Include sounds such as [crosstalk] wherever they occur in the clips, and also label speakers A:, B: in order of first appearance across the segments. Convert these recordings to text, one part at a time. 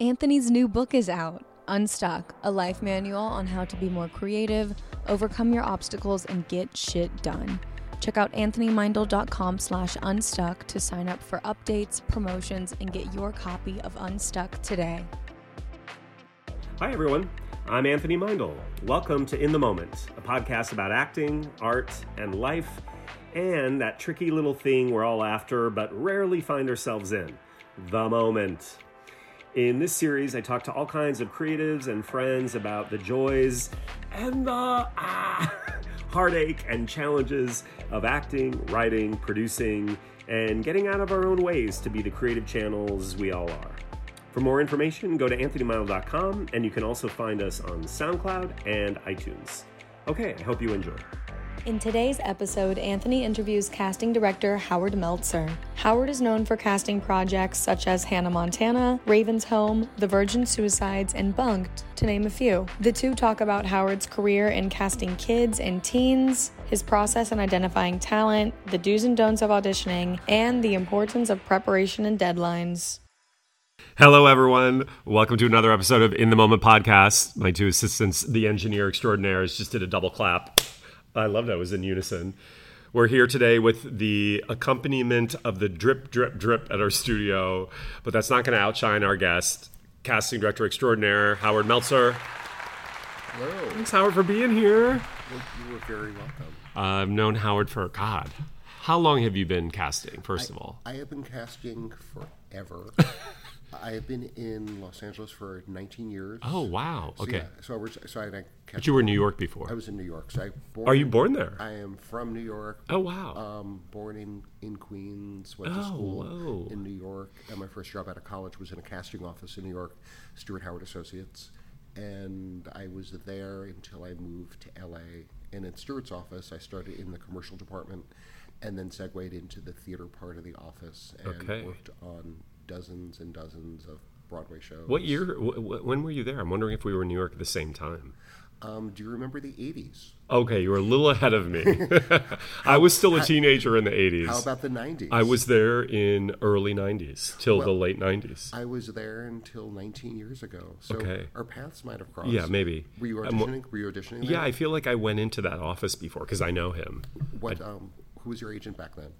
A: Anthony's new book is out Unstuck, a life manual on how to be more creative, overcome your obstacles, and get shit done. Check out anthonymindel.com slash unstuck to sign up for updates, promotions, and get your copy of Unstuck today.
B: Hi, everyone. I'm Anthony Mindel. Welcome to In the Moment, a podcast about acting, art, and life, and that tricky little thing we're all after but rarely find ourselves in the moment. In this series, I talk to all kinds of creatives and friends about the joys and the ah, [laughs] heartache and challenges of acting, writing, producing, and getting out of our own ways to be the creative channels we all are. For more information, go to anthonymile.com and you can also find us on SoundCloud and iTunes. Okay, I hope you enjoy.
A: In today's episode, Anthony interviews casting director Howard Meltzer. Howard is known for casting projects such as Hannah Montana, Raven's Home, The Virgin Suicides, and Bunked, to name a few. The two talk about Howard's career in casting kids and teens, his process in identifying talent, the do's and don'ts of auditioning, and the importance of preparation and deadlines.
B: Hello, everyone. Welcome to another episode of In the Moment podcast. My two assistants, the engineer extraordinaires, just did a double clap. I love that it was in unison. We're here today with the accompaniment of the drip, drip, drip at our studio, but that's not going to outshine our guest, casting director extraordinaire Howard Meltzer.
C: Hello.
B: Thanks, Howard, for being here.
C: Well, You were very welcome.
B: I've known Howard for God. How long have you been casting? First of all,
C: I have been casting
B: [laughs]
C: forever. I have been in Los Angeles for 19 years.
B: oh wow,
C: So,
B: okay.
C: yeah, so I was, so I, I
B: But
C: cast,
B: you were in New York
C: I
B: before.
C: was in New York. So I born,
B: Are you born there?
C: I am from New York.
B: Oh wow.
C: Um, born in, in Queens, went to
B: Oh,
C: school
B: whoa.
C: in New York, and my first job out of college was in a casting office in New York, Stuart Howard Associates, and I was there until I moved to LA. And in Stuart's office, I started in the commercial department, and then segued into the theater part of the office, and
B: Okay.
C: worked on dozens and dozens of Broadway shows.
B: What year? Wh- wh- when were you there? I'm wondering if we were in New York at the same time.
C: Um, do you remember the '80s?
B: Okay, you were a little ahead of me. [laughs] I was still a teenager in the
C: How
B: 80s.
C: about the '90s?
B: I was there in early 90s till the
C: Well,
B: late 90s.
C: I was there until 19 years ago. So
B: Okay.
C: our paths might have crossed.
B: Yeah, maybe.
C: Were you
B: I'm-
C: auditioning? Were you auditioning?
B: Yeah,
C: Then?
B: I feel like I went into that office before because I know him.
C: What? Um, who was your agent back then?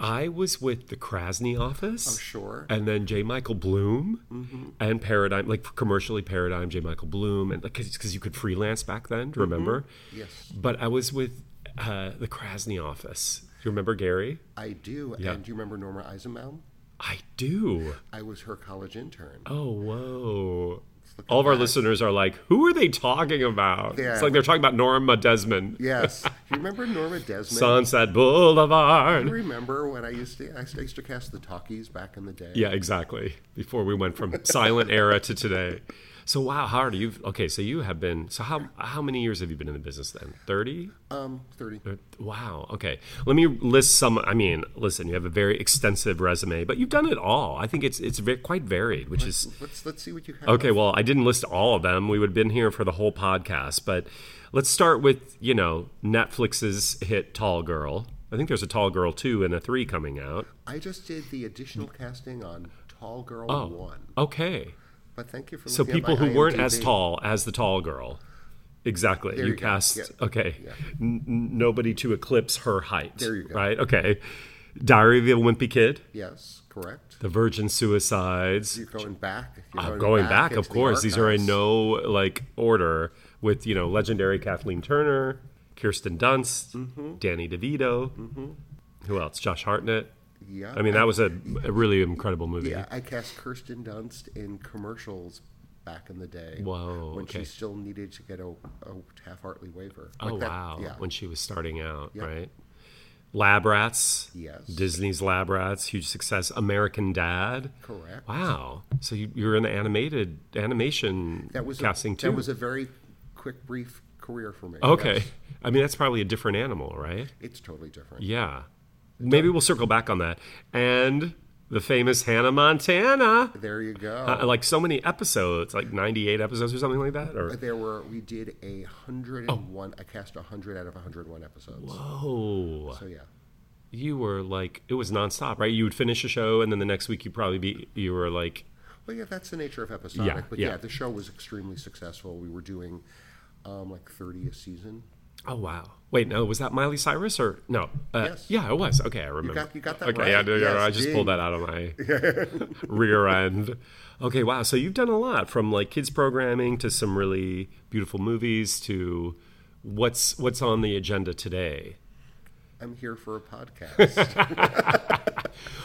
B: I was with the Krasny office.
C: Oh, sure. Mm-hmm.
B: And then J. Michael Bloom and Paradigm, like commercially Paradigm, J. Michael Bloom, and like because you could freelance back then. Do you
C: Mm-hmm.
B: remember?
C: Yes.
B: But I was with uh, the Krasny office. Do you remember Gary?
C: I do.
B: Yeah.
C: And do you remember Norma Eisenbaum?
B: I do.
C: I was her college intern.
B: Oh, whoa.
C: look
B: All of our
C: back.
B: listeners are like, who are they talking about?
C: Yeah.
B: It's like they're talking about Norma Desmond, [laughs]
C: Yes. do you remember Norma Desmond?
B: Sunset Boulevard.
C: Do you remember when I used to I used to cast the talkies back in the day?
B: Yeah, exactly. Before we went
C: [laughs]
B: from silent era to today. So wow, Howard, you've okay. So you have been. So how how many years have you been in the business then? Thirty.
C: Um, thirty.
B: Wow. Okay. Let me list some. I mean, listen, you have a very extensive resume, but you've done it all. I think it's it's ve- quite varied, which is
C: Let's let's see what you have.
B: Okay, well, I didn't list all of them. We would have been here for the whole podcast, but let's start with, you know, Netflix's hit Tall Girl. I think there's a Tall Girl 2 and a 3 coming out.
C: I just did the additional casting on Tall Girl One.
B: Okay.
C: But thank you for
B: Oh. So
C: looking at my
B: people who weren't as
C: IMDb.
B: tall as the Tall Girl. Exactly.
C: There
B: you
C: you go.
B: cast,
C: Yeah.
B: okay, N- n- nobody to eclipse her height.
C: There you go.
B: Right? Okay. Diary of a Wimpy Kid,
C: Yes, correct.
B: The Virgin Suicides.
C: You're going back. You're
B: I'm going back,
C: into
B: of
C: the
B: course. These are in
C: archives.
B: no like order with you know legendary Kathleen Turner, Kirsten Dunst,
C: Mm-hmm.
B: Danny DeVito. Who else? Josh Hartnett.
C: Yeah.
B: I mean, that was a, a really incredible movie.
C: Yeah, I cast Kirsten Dunst in commercials back in the day.
B: Whoa,
C: When
B: okay.
C: she still needed to get a, a Taft-Hartley waiver.
B: Oh
C: Like that-
B: wow!
C: Yeah.
B: When she was starting out,
C: Yeah.
B: right? Lab Rats.
C: Yes.
B: Disney's Lab Rats, huge success. American Dad.
C: Correct.
B: Wow. So you, you were in the animated animation
C: that was
B: casting
C: a,
B: too.
C: That was a very quick, brief career for me.
B: okay.
C: Yes.
B: I mean, that's probably a different animal, right?
C: It's totally different.
B: Yeah. Maybe we'll circle back on that. And the famous Hannah Montana.
C: There you go.
B: Uh, like so many episodes, like 98 episodes or something like that. Or
C: there were we did a hundred and one. I cast a hundred out of a hundred and one episodes.
B: oh,
C: So yeah,
B: you were like it was nonstop, right? You would finish a show and then the next week you probably be you were like
C: Well, yeah, that's the nature of episodic.
B: Yeah,
C: but
B: yeah.
C: yeah. the show was extremely successful. We were doing um, like 30 a season.
B: Oh wow! Wait, no, was that Miley Cyrus or no? Uh,
C: Yes.
B: Yeah, it was. Okay, I remember.
C: got- you got that
B: okay,
C: right.
B: yeah, no, yeah,
C: Yes,
B: I just
C: ding.
B: pulled that out of my
C: [laughs]
B: rear end. Okay, wow. So you've done a lot from like kids programming to some really beautiful movies to what's what's on the agenda today.
C: I'm here for a podcast.
B: [laughs]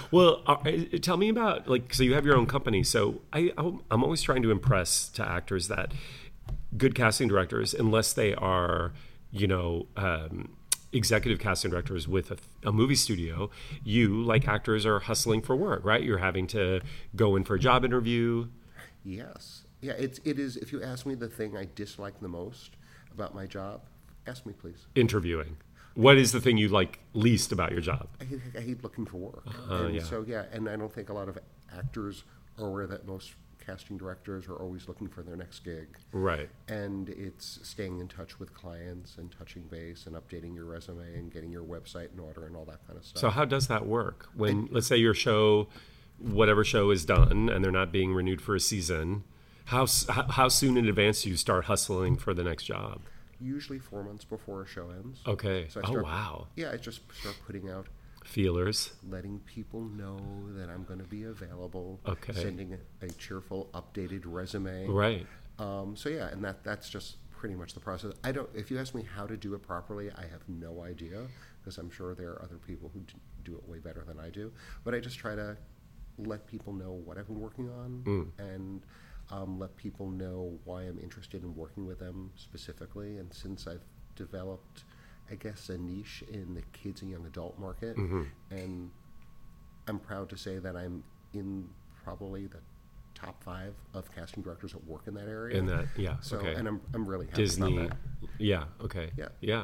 B: Well, uh, tell me about like so you have your own company. So I I'm always trying to impress to actors that good casting directors, unless they are you know um, executive casting directors with a, a movie studio, you like actors are hustling for work, right? You're having to go in for a job interview.
C: yes. Yeah, it's, it is. If you ask me the thing I dislike the most about my job, ask me, please.
B: interviewing. What is the thing you like least about your job?
C: I hate, I hate looking for work. and
B: Oh, yeah.
C: So yeah, and I don't think a lot of actors are aware that most casting directors are always looking for their next gig.
B: Right.
C: And it's staying in touch with clients and touching base and updating your resume and getting your website in order and all that kind of stuff.
B: So how does that work? When let's say your show, whatever show is done, and they're not being renewed for a season, how s- how how soon in advance do you start hustling for the next job?
C: Usually four months before a show ends.
B: Okay.
C: So I
B: oh
C: start-
B: wow.
C: Yeah, I just start putting out,
B: Feelers.
C: letting people know that I'm going to be available.
B: Okay.
C: Sending a, a cheerful, updated resume.
B: Right.
C: Um, so yeah, and that that's just pretty much the process. I don't. If you ask me how to do it properly, I have no idea because I'm sure there are other people who d- do it way better than I do. But I just try to let people know what I've been working on
B: Mm.
C: and. Um, let people know why I'm interested in working with them specifically. And since I've developed, I guess, a niche in the kids and young adult market,
B: Mm-hmm.
C: and I'm proud to say that I'm in probably the top five of casting directors that work in that area.
B: In that. Yeah.
C: so,
B: okay.
C: and I'm, I'm really happy
B: Disney.
C: about that.
B: Yeah. Okay.
C: Yeah.
B: Yeah.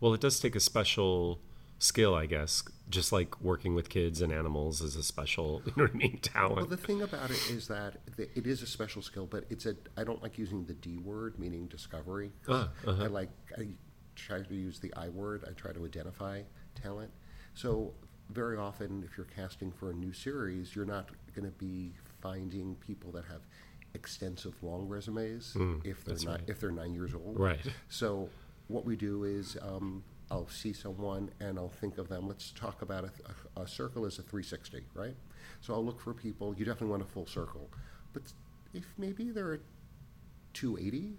B: Well, it does take a special skill, I guess. Just like working with kids and animals is a special, [laughs] you know what I mean, talent.
C: Well, the thing about it is that the, it is a special skill, but it's a. I don't like using the D word, meaning discovery. 'cause
B: Ah, uh-huh.
C: I like I try to use the I word. I try to identify talent. So very often, if you're casting for a new series, you're not going to be finding people that have extensive long resumes
B: Hmm,
C: if they're not if they're nine years old.
B: Right.
C: So what we do is um, I'll see someone and I'll think of them. Let's talk about a, a, a circle is a 360, right? So I'll look for people. You definitely want a full circle, but if maybe they're a 280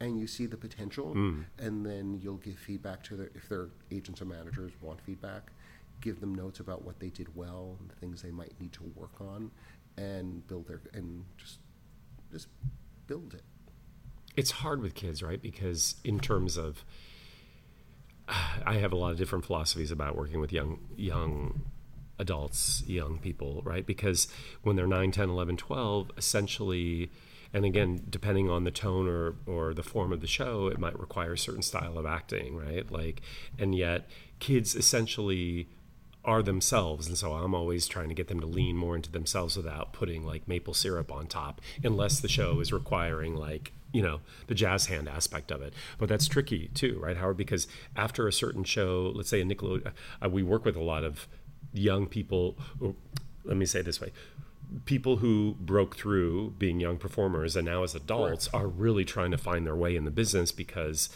C: and you see the potential, and then you'll give feedback to their if their agents or managers want feedback, give them notes about what they did well and the things they might need to work on, and build their and just just build it.
B: it's hard with kids, right? Because in terms of, [sighs] I have a lot of different philosophies about working with young young adults, young people, right? Because when they're 9, 10, 11, 12, essentially, and again, depending on the tone or, or the form of the show, it might require a certain style of acting, right? Like, and yet kids essentially are themselves and so i'm always trying to get them to lean more into themselves without putting like maple syrup on top unless the show is requiring like you know the jazz hand aspect of it but that's tricky too right howard because after a certain show let's say a nickelodeon uh, we work with a lot of young people or let me say it this way people who broke through being young performers and now as adults are really trying to find their way in the business because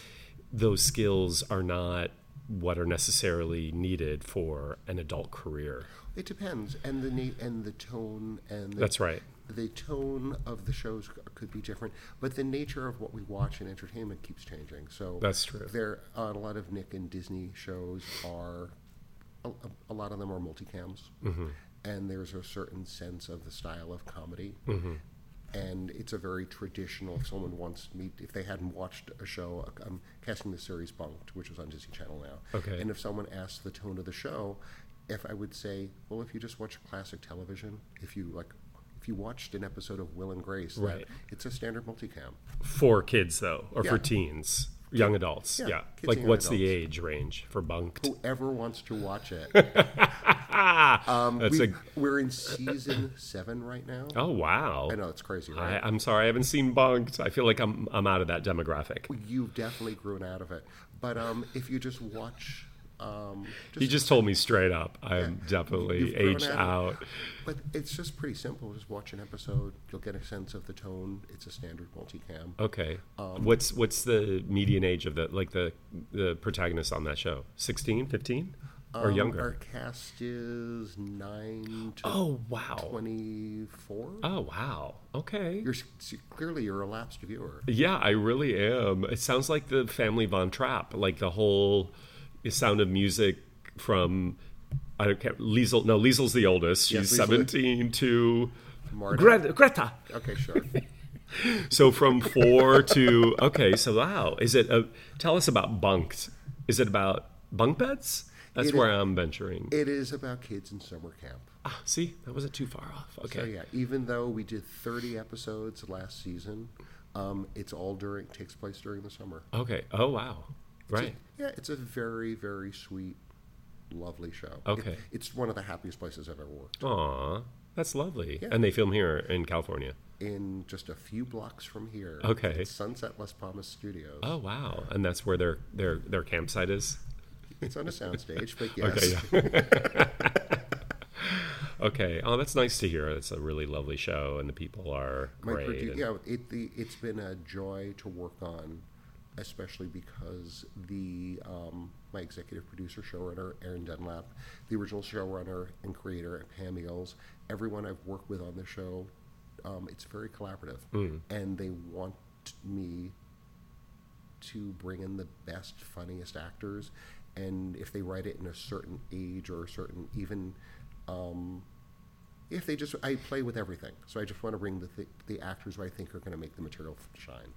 B: those skills are not what are necessarily needed for an adult career.
C: It depends, and the na- and the tone and the,
B: That's right.
C: The tone of the shows c- could be different, but the nature of what we watch in entertainment keeps changing. So
B: That's true.
C: There, on a lot of Nick and Disney shows are, a, a- a lot of them are multicams,
B: Mm-hmm.
C: and there's a certain sense of the style of comedy.
B: Mm-hmm.
C: And it's a very traditional. If someone wants me, if they hadn't watched a show, I'm casting the series Bunked, which is on Disney Channel now.
B: Okay.
C: And if someone asked the tone of the show, if I would say, well, if you just watch classic television, if you like, if you watched an episode of Will and Grace, that-
B: Right.
C: It's a standard multicam.
B: For kids though, or for
C: Yeah.
B: teens, young adults. Yeah.
C: Yeah, kids
B: Like
C: and young
B: what's the
C: adults.
B: age range for bunked? [laughs]
C: Whoever wants to watch it. um,
B: Ah, That's
C: we,
B: a-
C: we're in season seven right now.
B: Oh wow.
C: I know it's crazy, right?
B: I, I'm sorry, I haven't seen bunked. I feel like I'm I'm out of that demographic.
C: you definitely grew out of it. But um, if you just watch Um,
B: you just told me straight up. I'm definitely
C: You've grown
B: aged
C: out.
B: out.
C: But it's just pretty simple. Just watch an episode, you'll get a sense of the tone. It's a standard multicam.
B: Okay.
C: Um,
B: what's what's the median age of the like the the protagonist on that show? 16, 15 or
C: Um,
B: younger?
C: Our cast is nine to
B: oh wow.
C: twenty-four.
B: Oh wow. Okay.
C: You're s- s- clearly you're a lapsed viewer.
B: yeah, I really am. It sounds like the family Von Trapp, like the whole Sound of Music from I don't care. Liesel. No, Liesel's the oldest.
C: Yes,
B: She's
C: Liesel.
B: seventeen to
C: Marta.
B: Gre- Greta. [laughs]
C: Okay, sure.
B: So from four [laughs] to okay. So wow, is it? A, tell us about bunked. Is it about bunk beds? That's
C: It
B: where
C: is-
B: I'm venturing.
C: it is about kids in summer camp.
B: ah, see, that wasn't too far off. Okay.
C: So yeah, even though we did 30 episodes last season, um, it's all during takes place during the summer.
B: Okay. Oh wow. Right.
C: Yeah, it's a very very sweet, lovely show. It-
B: Okay.
C: it's one of the happiest places I've ever worked.
B: Aw, that's lovely. And they film here in California.
C: In just a few blocks from here,
B: Okay.
C: it's Sunset Las Palmas Studios.
B: Oh wow. And that's where their their their campsite is.
C: It's on a soundstage, but yes,
B: [laughs] Okay. Yeah. okay. Oh, that's nice to hear. It's a really lovely show, and the people are
C: my
B: great.
C: produ-
B: and-
C: yeah, it the, it's been a joy to work on, especially because the um, my executive producer showrunner Aaron Dunlap, the original showrunner and creator Pam Eales, everyone I've worked with on the show, um, it's very collaborative, and they want me to bring in the best, funniest actors. And if they write it in a certain age or a certain, even um, if they just, I play with everything. So I just want to bring the, th- the actors who I think are going to make the material shine.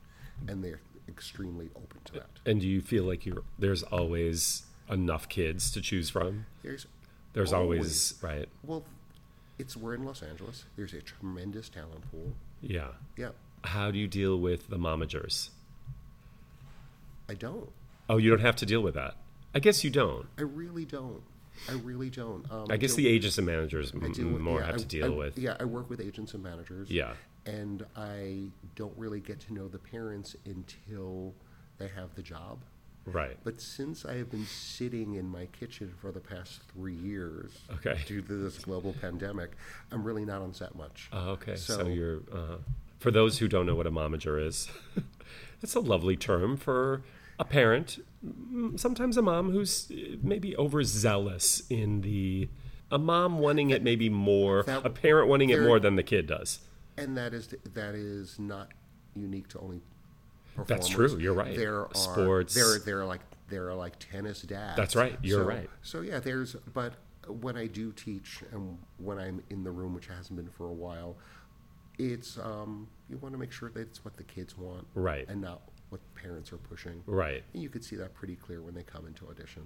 C: And they're extremely open to that.
B: And do you feel like you're there's always enough kids to choose from?
C: There's,
B: There's always, right.
C: well, it's, we're in Los Angeles. There's a tremendous talent pool.
B: Yeah.
C: Yeah,
B: How do you deal with the momagers?
C: I don't.
B: Oh, you don't have to deal with that. I guess you don't.
C: I really don't. I really don't. Um,
B: I guess
C: so-
B: the agents and managers m-
C: I deal with-
B: more
C: yeah,
B: have
C: I-
B: to deal
C: I-
B: with.
C: Yeah, I work with agents and managers.
B: Yeah.
C: And I don't really get to know the parents until they have the job.
B: Right.
C: But since I have been sitting in my kitchen for the past three years
B: Okay.
C: due to this global pandemic, I'm really not on set much.
B: Oh, okay. So,
C: So-
B: you're uh, for those who don't know what a momager is, [laughs] that's a lovely term for a parent, m- sometimes a mom who's uh, maybe overzealous in the a mom wanting it maybe more,
C: That-
B: a parent wanting it
C: very-
B: more than the kid does.
C: and that is that is not unique to only performers.
B: That's true, you're right.
C: There are
B: Sports.
C: There, there are like there are like tennis dads.
B: That's right, you're
C: So-
B: right.
C: So yeah, there's but when I do teach and when I'm in the room, which hasn't been for a while, it's um, you want to make sure that it's what the kids want,
B: Right.
C: and not what parents are pushing,
B: Right.
C: And you could see that pretty clear when they come into audition.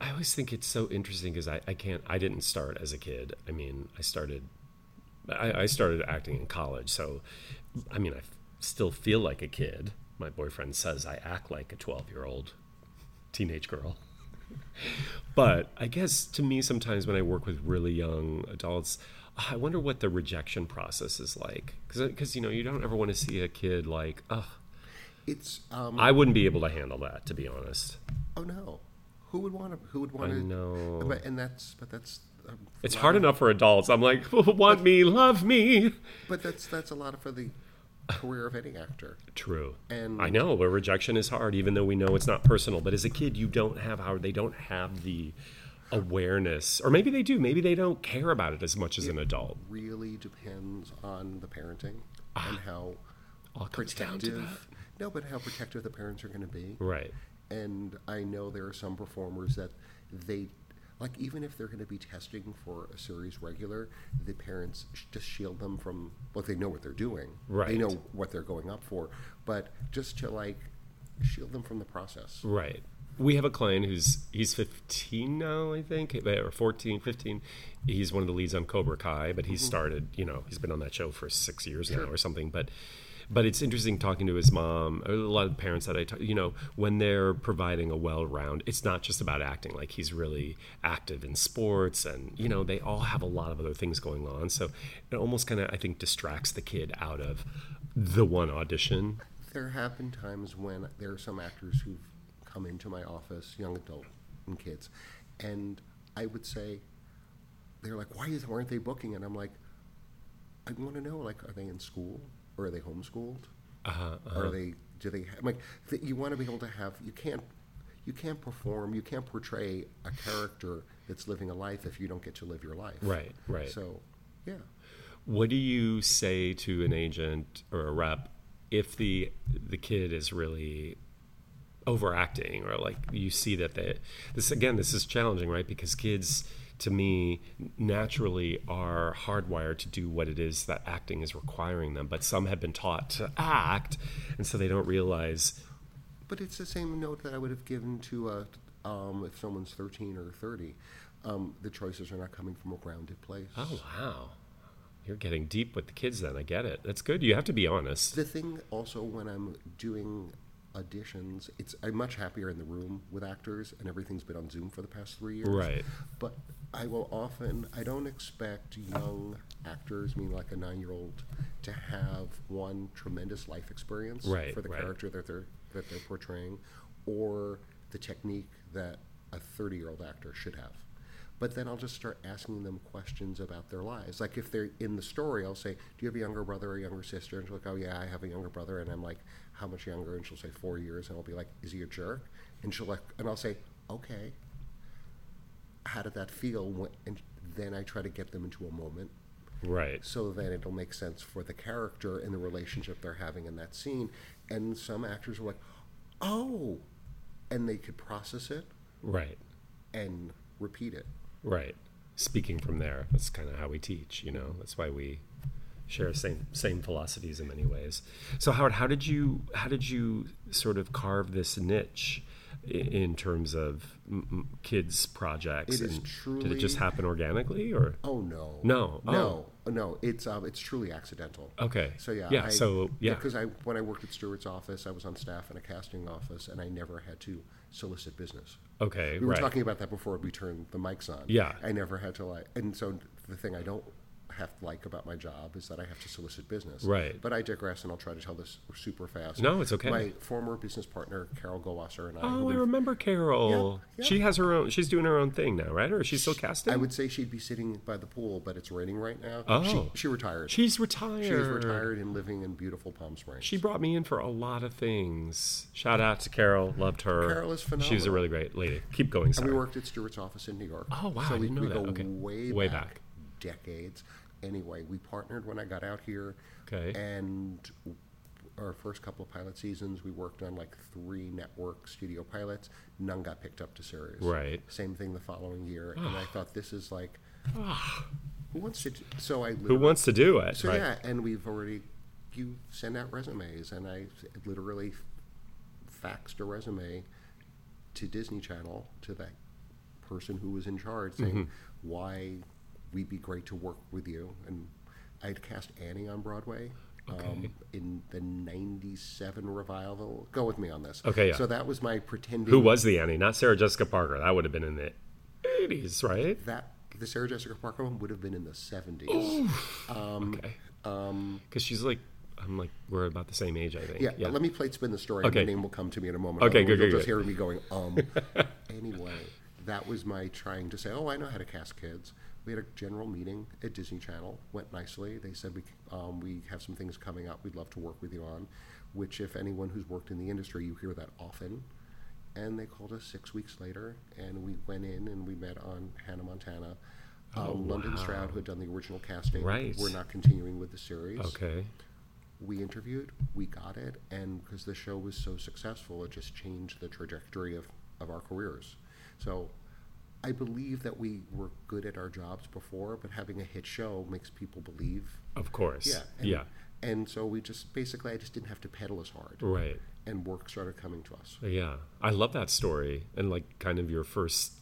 B: I always think it's so interesting because I, I can't I didn't start as a kid. I mean, I started I, I started acting in college, so I mean I f- still feel like a kid. My boyfriend says I act like a twelve year old teenage girl. but I guess to me sometimes when I work with really young adults, I wonder what the rejection process is like because you know you don't ever want to see a kid like, oh,
C: It's um,
B: I wouldn't be able to handle that to be honest.
C: oh no, who would want to? Who would want to?
B: know.
C: but, and that's but that's. Um,
B: It's hard enough for adults. I'm like, [laughs] want me, love me.
C: But that's that's a lot for the career of any actor.
B: True.
C: And-
B: I know, but rejection is hard, even though we know it's not personal. But as a kid, you don't have how they don't have the awareness, or maybe they do. Maybe they don't care about it as much as an adult.
C: Really depends on the parenting and how
B: Ah. All comes down to
C: protective. No, but how protective the parents are going to be.
B: Right.
C: And I know there are some performers that they like even if they're going to be testing for a series regular, the parents sh- just shield them from well they know what they're doing. They
B: Right.
C: know what they're going up for, but just to like shield them from the process.
B: Right. We have a client who's he's 15 now, I think, eh, or 14, 15. He's one of the leads on Cobra Kai, but he started, you know, he's been on that show for 6 years now or something, but but it's interesting talking to his mom, a lot of parents that I talk, you know, when they're providing a well-round, it's not just about acting. Like he's really active in sports and, you know, they all have a lot of other things going on. So it almost kind of I think distracts the kid out of the one audition.
C: There have been times when there are some actors who've come into my office, young adult and kids. And I would say, they're like, why is, aren't they booking? And I'm like, I want to know, like, are they in school or are they homeschooled?
B: Uh-huh,
C: Are they? Do they? I'm like, th- you want to be able to have. You can't. You can't perform. You can't portray a character that's living a life if you don't get to live your life.
B: Right, right.
C: So, yeah.
B: What do you say to an agent or a rep if the the kid is really overacting or like you see that they this again this is challenging right because kids to me naturally are hardwired to do what it is that acting is requiring them but some have been taught to act and so they don't realize
C: But it's the same note that I would have given to a, um, if someone's 13 or 30. Um, the choices are not coming from a grounded place.
B: oh wow you're getting deep with the kids then i get it that's good you have to be honest
C: The thing also when I'm doing auditions, it's I'm much happier in the room with actors, and everything's been on Zoom for the past three years.
B: Right.
C: But I will often I don't expect young actors, meaning like a nine year old, to have one tremendous life experience
B: Right,
C: for the
B: right.
C: character that they're that they're portraying, or the technique that a thirty year old actor should have. But then I'll just start asking them questions about their lives. Like if they're in the story, I'll say, "Do you have a younger brother or a younger sister?" And she's like, "Oh yeah, I have a younger brother." And I'm like, "How much younger?" And she'll say, four years." And I'll be like, "Is he a jerk?" And she'll like, and I'll say, "Okay." how did that feel? Wh- And then I try to get them into a moment
B: right
C: so then it'll make sense for the character and the relationship they're having in that scene. And some actors are like, oh, and they could process it
B: right
C: and repeat it.
B: Right. Speaking from there, that's kind of how we teach. You know, that's why we share same same philosophies in many ways. So Howard, how did you how did you sort of carve this niche i- in terms of m- m- kids projects? did
C: It is
B: it just
C: truly-
B: happen organically or?
C: Oh no,
B: No, oh.
C: no, no! It's um, it's truly accidental.
B: Okay.
C: So yeah,
B: Yeah.
C: I,
B: so yeah.
C: because I when I worked at Stewart's office, I was on staff in a casting office, and I never had to solicit business.
B: okay.
C: We were
B: right.
C: talking about that before we turned the mics on.
B: Yeah.
C: I never had to like, and so the thing I don't have to like about my job is that I have to solicit business.
B: Right.
C: But I digress, and I'll try to tell this super fast.
B: No, it's okay.
C: My former business partner Carol Goldwasser and I. who
B: Oh, I
C: we've-
B: remember Carol.
C: Yeah, yeah.
B: She has her own. She's doing her own thing now, right? Or is she still casting?
C: I would say she'd be sitting by the pool, but it's raining right now.
B: Oh.
C: She, she retired.
B: she's retired.
C: She is retired and living in beautiful Palm Springs.
B: She brought me in for a lot of things. Shout out to Carol. Loved her.
C: Carol is
B: She was a
C: phenomenal.
B: really great lady. Keep going.
C: and
B: Sorry.
C: we worked at Stewart's office in New York.
B: Oh, wow,
C: So
B: I
C: we,
B: didn't know
C: we
B: that.
C: go
B: Okay.
C: way,
B: Way back.
C: back, decades. Anyway, we partnered when I got out here.
B: Okay.
C: And our first couple of pilot seasons, we worked on like three network studio pilots. None got picked up to series.
B: Right. Ah.
C: Same thing the following year, and I thought this is like, who wants to? do- So I
B: Who wants to do it?
C: so
B: right.
C: yeah, and we've already you send out resumes, and I literally faxed a resume to Disney Channel to that person who was in charge, saying
B: Mm-hmm.
C: why we'd be great to work with you. And I had cast Annie on Broadway. Um, in the '97 revival, go with me on this.
B: Okay, yeah.
C: So that was my pretending.
B: Who was the Annie? Not Sarah Jessica Parker. That would have been in the 80s, right?
C: that? The Sarah Jessica Parker one would have been in the Oh,
B: [gasps]
C: '70s.
B: okay. Because she's like, I'm like, we're about the same age, I think.
C: Yeah, let me play spin the story.
B: Okay.
C: And the name will come to me in a moment.
B: Okay,
C: Otherwise
B: good, good,
C: You'll just
B: good.
C: hear me going,
B: [laughs]
C: um. anyway, that was my trying to say, oh, I know how to cast kids. We had a general meeting at Disney Channel. Went nicely. They said we um, we have some things coming up. We'd love to work with you on. Which, if anyone who's worked in the industry, you hear that often. And they called us six weeks later, and we went in and we met on Hannah Montana. Um, London Stroud, who had done the original casting,
B: Oh, Right.
C: we're not continuing with the series
B: Okay.
C: we interviewed, we got it, and because the show was so successful, it just changed the trajectory of, of our careers. So I believe that we were good at our jobs before, but having a hit show makes people believe.
B: Of course.
C: And,
B: yeah.
C: And so we just basically, I just didn't have to pedal as hard,
B: Right.
C: and work started coming to us.
B: Yeah, I love that story and like kind of your first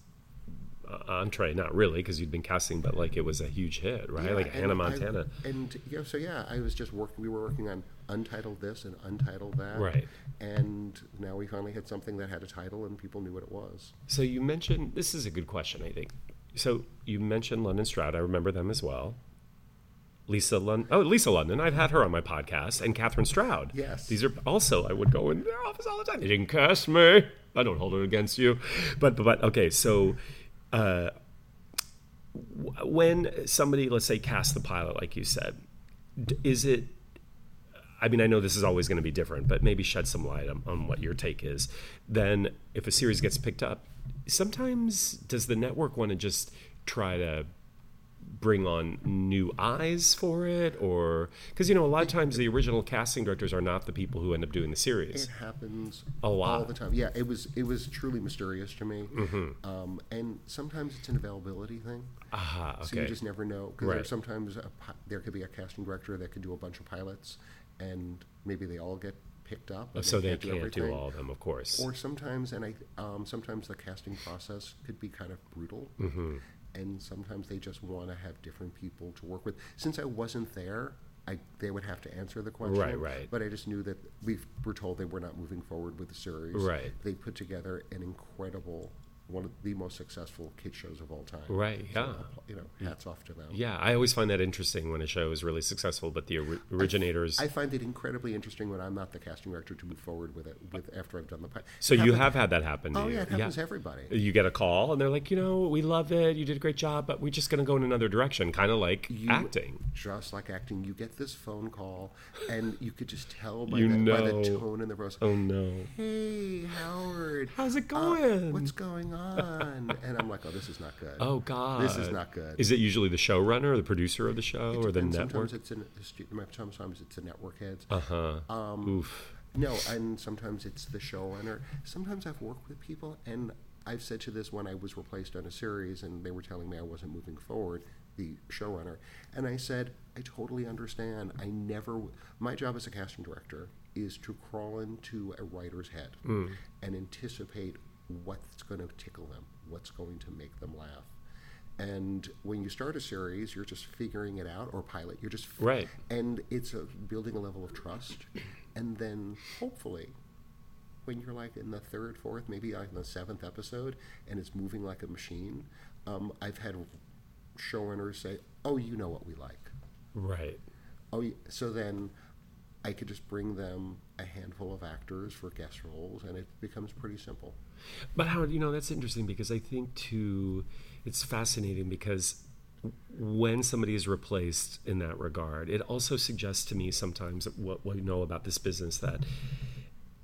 B: uh, entree. Not really, because you'd been casting, but like it was a huge hit, right?
C: Yeah,
B: like
C: and
B: Hannah
C: I-
B: Montana.
C: and you know, so yeah, I was just working. We were working on untitled this and untitled that,
B: Right.
C: And now we finally had something that had a title, and people knew what it was.
B: So you mentioned this is a good question, I think. So you mentioned London Stroud. I remember them as well. Lisa London. Oh, Lisa London. I've had her on my podcast, and Catherine Stroud.
C: Yes.
B: these are also. I would go in their office all the time. They didn't cast me. I don't hold it against you, but but, but okay. So, uh, w- when somebody, let's say, casts the pilot, like you said, d- is it I mean, I know this is always going to be different, but maybe shed some light on, on what your take is. Then, if a series gets picked up, sometimes does the network want to just try to bring on new eyes for it? Or, because, you know, a lot of times the original casting directors are not the people who end up doing the series.
C: It happens
B: A lot.
C: all the time. Yeah, it was it was truly mysterious to me.
B: Mm-hmm.
C: Um, and sometimes it's an availability thing.
B: Aha,
C: So
B: Ah,
C: you
B: okay.
C: just never know. Because
B: Right.
C: there's sometimes a, pi- there could be a casting director that could do a bunch of pilots, and maybe they all get picked up. and
B: Oh, So they can't do
C: everything.
B: all of them, of course.
C: Or sometimes, and I um, sometimes the casting process could be kind of brutal,
B: Mm-hmm.
C: and sometimes they just want to have different people to work with. Since I wasn't there, I they would have to answer the question.
B: Right, right.
C: But I just knew that we were told they were not moving forward with the series.
B: Right.
C: They put together an incredible, one of the most successful kid shows of all time.
B: Right, yeah.
C: You know, hats off to them.
B: Yeah, I always find that interesting when a show is really successful, but the ori- originators.
C: I find it incredibly interesting when I'm not the casting director to move forward with it with after I've done the pilot.
B: so you have had that happen to
C: Oh
B: you.
C: yeah, it happens to everybody.
B: you get a call and they're like, you know, we love it, you did a great job, but we're just going to go in another direction, kind of like acting.
C: just like acting, you get this phone call, and you could just tell by,
B: You
C: the, by
B: know.
C: the tone and the voice.
B: Oh no.
C: Hey, Howard,
B: How's it
C: uh,
B: going?
C: what's going on? and I'm like, oh, this is not good.
B: oh god.
C: this is not good.
B: Is it usually the showrunner or the producer of the show or the
C: and
B: network?
C: sometimes it's in the stu- sometimes it's the network heads.
B: Uh-huh.
C: Um,
B: Oof.
C: No, and sometimes it's the showrunner. Sometimes I've worked with people, and I've said to this when I was replaced on a series, and they were telling me I wasn't moving forward, the showrunner, and I said, I totally understand. I never. w- My job as a casting director is to crawl into a writer's head and anticipate what's going to tickle them, what's going to make them laugh. And when you start a series, you're just figuring it out, or pilot, you're just f-
B: Right.
C: and it's a, building a level of trust and then hopefully when you're like in the third fourth maybe like in the seventh episode and it's moving like a machine um, i've had showrunners say oh you know what we like
B: Right.
C: oh y- so then i could just bring them a handful of actors for guest roles and it becomes pretty simple
B: But Howard, you know, that's interesting because I think too, it's fascinating because when somebody is replaced in that regard, it also suggests to me sometimes that what we know about this business that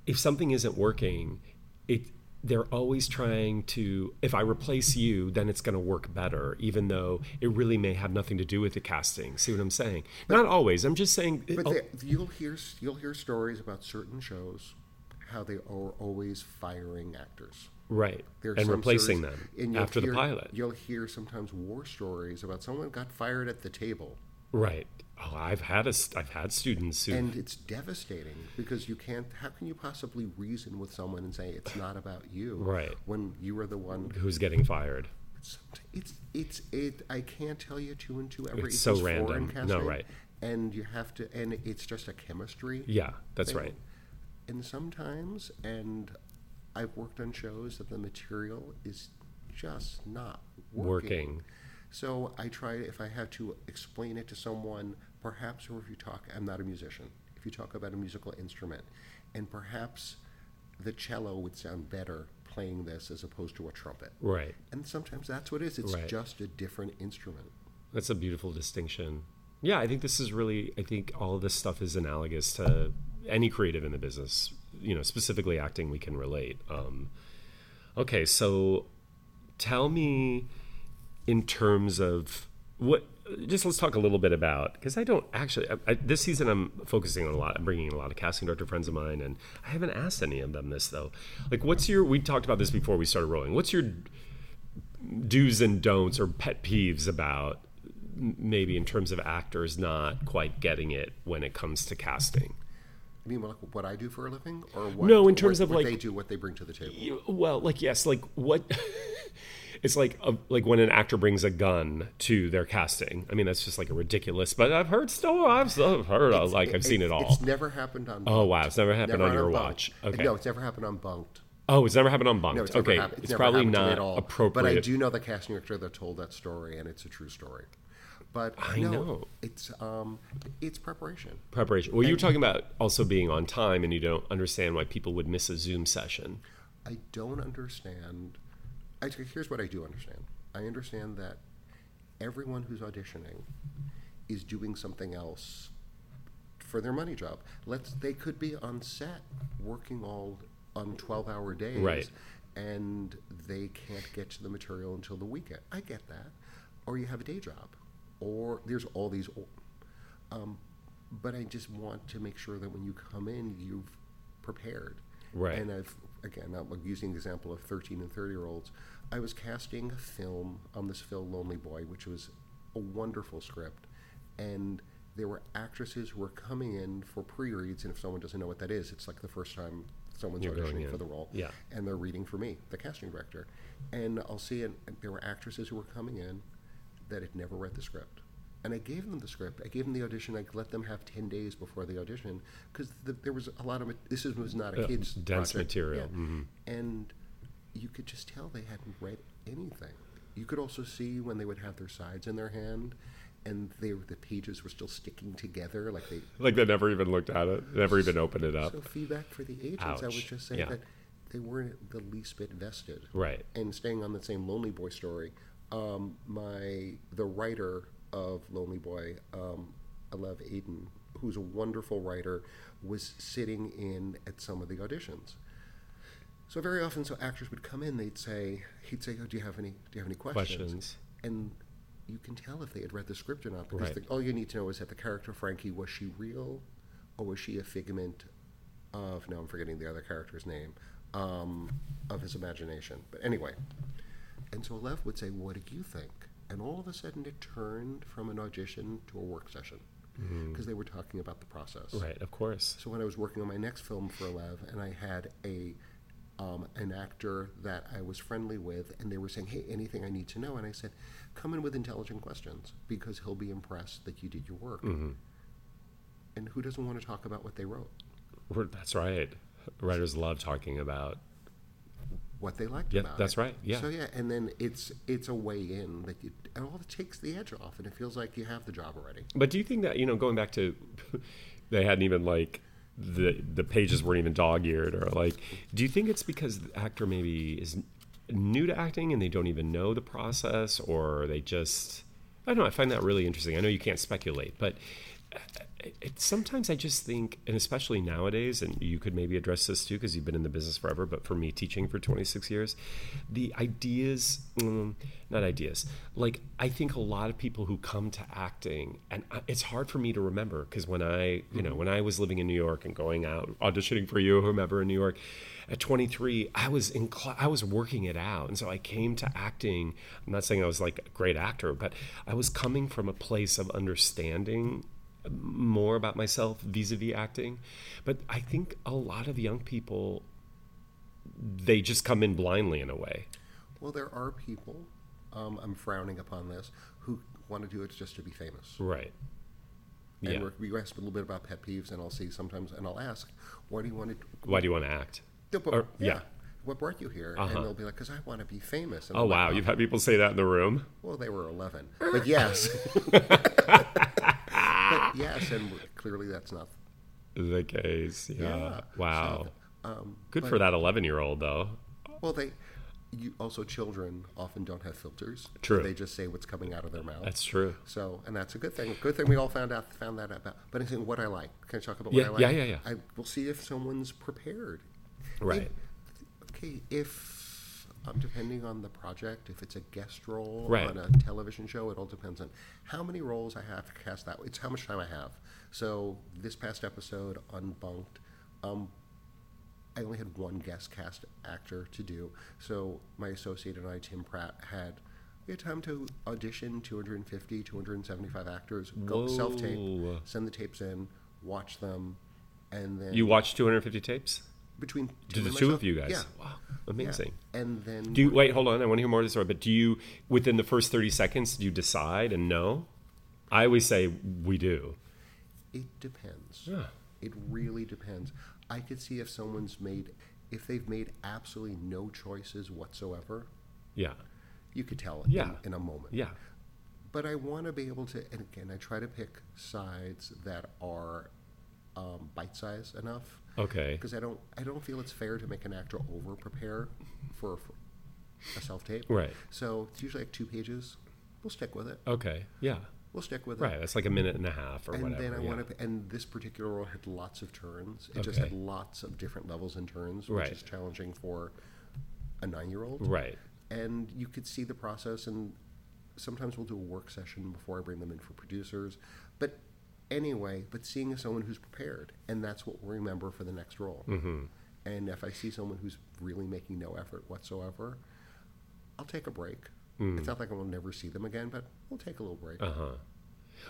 B: if something isn't working, it they're always trying to if I replace you, then it's going to work better, even though it really may have nothing to do with the casting. See what I'm saying? Not always. I'm just saying.
C: But
B: oh,
C: they, you'll hear you'll hear stories about certain shows how they are always firing actors
B: right.
C: There are
B: and
C: some
B: replacing
C: series-
B: them
C: and you'll
B: after
C: hear-
B: the pilot.
C: You'll hear sometimes war stories about someone got fired at the table,
B: Right. Oh, I've had a st- I've had students who
C: and it's devastating because you can't. How can you possibly reason with someone and say it's not about you?
B: Right.
C: When you are the one.
B: who's getting fired.
C: It's it's it. I can't tell you two and two ever
B: It's so
C: equals four in
B: random. No,
C: casting,
B: right.
C: And you have to, and it's just a chemistry.
B: Yeah, that's
C: thing.
B: right.
C: And sometimes, and I've worked on shows that the material is just not
B: Working.
C: So I try, if I have to explain it to someone, perhaps, or if you talk, I'm not a musician, if you talk about a musical instrument, and perhaps the cello would sound better playing this as opposed to a trumpet.
B: Right.
C: And sometimes that's what it is, it's
B: Right.
C: just a different instrument.
B: That's a beautiful distinction. Yeah, I think this is really I think all of this stuff is analogous to any creative in the business, you know, specifically acting we can relate. Um okay, so tell me in terms of what just let's talk a little bit about because i don't actually I, I, this season i'm focusing on a lot i'm bringing in a lot of casting director friends of mine and i haven't asked any of them this though like what's your we talked about this before we started rolling what's your do's and don'ts or pet peeves about m- maybe in terms of actors not quite getting it when it comes to casting
C: I mean, like what I do for a living, or what,
B: No, in terms
C: what-
B: of,
C: what
B: like-
C: they do, what they bring to the table.
B: You- well like yes like what [laughs] it's like a, like when an actor brings a gun to their casting i mean that's just like a ridiculous but i've heard still i've, I've heard uh like i've seen it all
C: It's never happened on.
B: oh wow it's never happened
C: Never
B: on your
C: Bunked.
B: watch okay
C: No, it's never happened on Bunked.
B: oh it's never happened on bunk
C: No, it's never
B: okay
C: hap-
B: it's
C: never
B: probably
C: happened to me
B: not
C: at all.
B: appropriate
C: But I do know the casting director that told that story, and it's a true story. But
B: I
C: no,
B: know.
C: it's um, it's preparation.
B: Preparation. Well, you were talking about also being on time, and you don't understand why people would miss a Zoom session.
C: I don't understand. I, here's what I do understand. I understand that everyone who's auditioning is doing something else for their money job. Let's they could be on set working all on 12-hour days
B: Right.
C: and they can't get to the material until the weekend. I get that. Or you have a day job or there's all these um, but I just want to make sure that when you come in you've prepared.
B: Right.
C: And I've again I'm using the example of 13 and 30 year olds. I was casting a film on this film Lonely Boy, which was a wonderful script, and there were actresses who were coming in for pre-reads, and if someone doesn't know what that is, it's like the first time someone's
B: You're going
C: auditioning
B: in.
C: for the role
B: Yeah.
C: and they're reading for me, the casting director. And I'll see it. There were actresses who were coming in that had never read the script. And I gave them the script. I gave them the audition. I let them have 10 days before the audition because the, there was a lot of it- this is- was not a
B: Uh,
C: kid's
B: dense
C: project.
B: material. Mhm.
C: And you could just tell they hadn't read anything. You could also see when they would have their sides in their hand and they, were- the pages were still sticking together like they
B: Like they never even looked at it, never even opened it up.
C: so feedback for the agents, I was
B: Ouch.
C: just saying
B: Yeah.
C: that they weren't the least bit vested.
B: Right.
C: And staying on the same Lonely Boy story, um, my the writer of Lonely Boy, um, I love Aiden, who's a wonderful writer, was sitting in at some of the auditions. So very often, so actors would come in, they'd say, he'd say, "Oh, do you have any? Do you have any questions?"
B: Questions.
C: And you can tell if they had read the script or not because
B: Right.
C: the, all you need to know is that the character Frankie was she real, or was she a figment of? No, I'm forgetting the other character's name. Um, of his imagination, but anyway. And so Lev would say, "What did you think?" And all of a sudden, it turned from an audition to a work session because they were talking about the process.
B: Right, of course.
C: So when I was working on my next film for Lev, and I had a um, an actor that I was friendly with, and they were saying, "Hey, anything I need to know?" And I said, "Come in with intelligent questions because he'll be impressed that you did your work."
B: Mm-hmm.
C: And who doesn't want to talk about what they wrote,
B: We're- That's right. Writers love talking about.
C: what they liked
B: Yeah,
C: about
B: that's
C: it?
B: right. Yeah.
C: So yeah, and then it's it's a way in that you, and all it takes the edge off, and it feels like you have the job already.
B: But do you think that you know, going back to, [laughs] they hadn't even like the the pages weren't even dog eared or like. Do you think it's because the actor maybe is new to acting and they don't even know the process or they just? I don't know. I find that really interesting. I know you can't speculate, but it, it, sometimes I just think, and especially nowadays, and you could maybe address this too because you've been in the business forever, but for me, teaching for 26 years, the ideas, mm, not ideas, like I think a lot of people who come to acting, and I, it's hard for me to remember because when I, you know, when I was living in New York and going out auditioning for you, or whomever in New York, at 23, I was in, cl- I was working it out, and so I came to acting. I'm not saying I was like a great actor, but I was coming from a place of understanding more about myself vis-a-vis acting but i think a lot of young people they just come in blindly in a way
C: Well, there are people. Um, I'm frowning upon this who want to do it just to be famous.
B: right
C: And
B: yeah
C: we're, we asked a little bit about pet peeves, and I'll see sometimes, and I'll ask, "Why do you want to?"
B: why do you want to act or- yeah.
C: What brought you here?
B: Uh-huh.
C: And they'll be like, "Because I want to be famous." And
B: oh
C: I'm like, "Oh,
B: wow you've had people say that in the room
C: Well, they were eleven,
B: [laughs]
C: but yes, but yes, and clearly that's not.
B: the case yeah,
C: Yeah.
B: wow
C: Um,
B: good for that 11 year old though
C: well, they you also children often don't have filters. so
B: True.
C: They just say what's coming out of their mouth.
B: that's true
C: So, and that's a good thing. Good thing we all found out found that about. But I think what I like. Can I talk about
B: Yeah,
C: what I like?
B: yeah, yeah, yeah.
C: I will see if someone's prepared.
B: Right.
C: If- okay, if um, depending on the project, if it's a guest role
B: Right.
C: on a television show, it all depends on how many roles I have to cast. That it's how much time I have. So this past episode, Unbunked, um, I only had one guest cast actor to do. So my associate and I, Tim Pratt, had we had time to audition 250, 275 actors, go self tape,
B: Whoa.
C: send the tapes in, watch them, and then
B: you watched 250 tapes
C: between
B: to
C: Tim
B: the
C: and
B: two
C: myself-
B: of you guys
C: yeah,
B: wow
C: yeah.
B: amazing
C: And then
B: Do you, wait, hold on. I want to hear more of this story. But do you, within the first thirty seconds, do you decide and know? I always say we do.
C: It depends.
B: Yeah.
C: It really depends. I could see if someone's made, if they've made absolutely no choices whatsoever,
B: Yeah,
C: you could tell
B: Yeah.
C: in, in a moment.
B: yeah,
C: but I want to be able to, and again, I try to pick sides that are um, bite size enough
B: Okay.
C: because I don't, I don't feel it's fair to make an actor over prepare for, for a self tape.
B: Right.
C: So it's usually like two pages. We'll stick with it.
B: Okay. Yeah.
C: We'll stick with it.
B: Right. That's like a minute and a half or
C: And
B: whatever.
C: then I
B: yeah.
C: want to, and this particular role had lots of turns. It just
B: Okay.
C: had lots of different levels and turns, which
B: Right.
C: is challenging for a nine-year-old.
B: Right.
C: and you could see the process and sometimes we'll do a work session before i bring them in for producers but anyway but seeing someone who's prepared and that's what we'll remember for the next role
B: Mm-hmm.
C: and if i see someone who's really making no effort whatsoever i'll take a break
B: Mm.
C: it's not like i will never see them again but we'll take a little break
B: Uh-huh.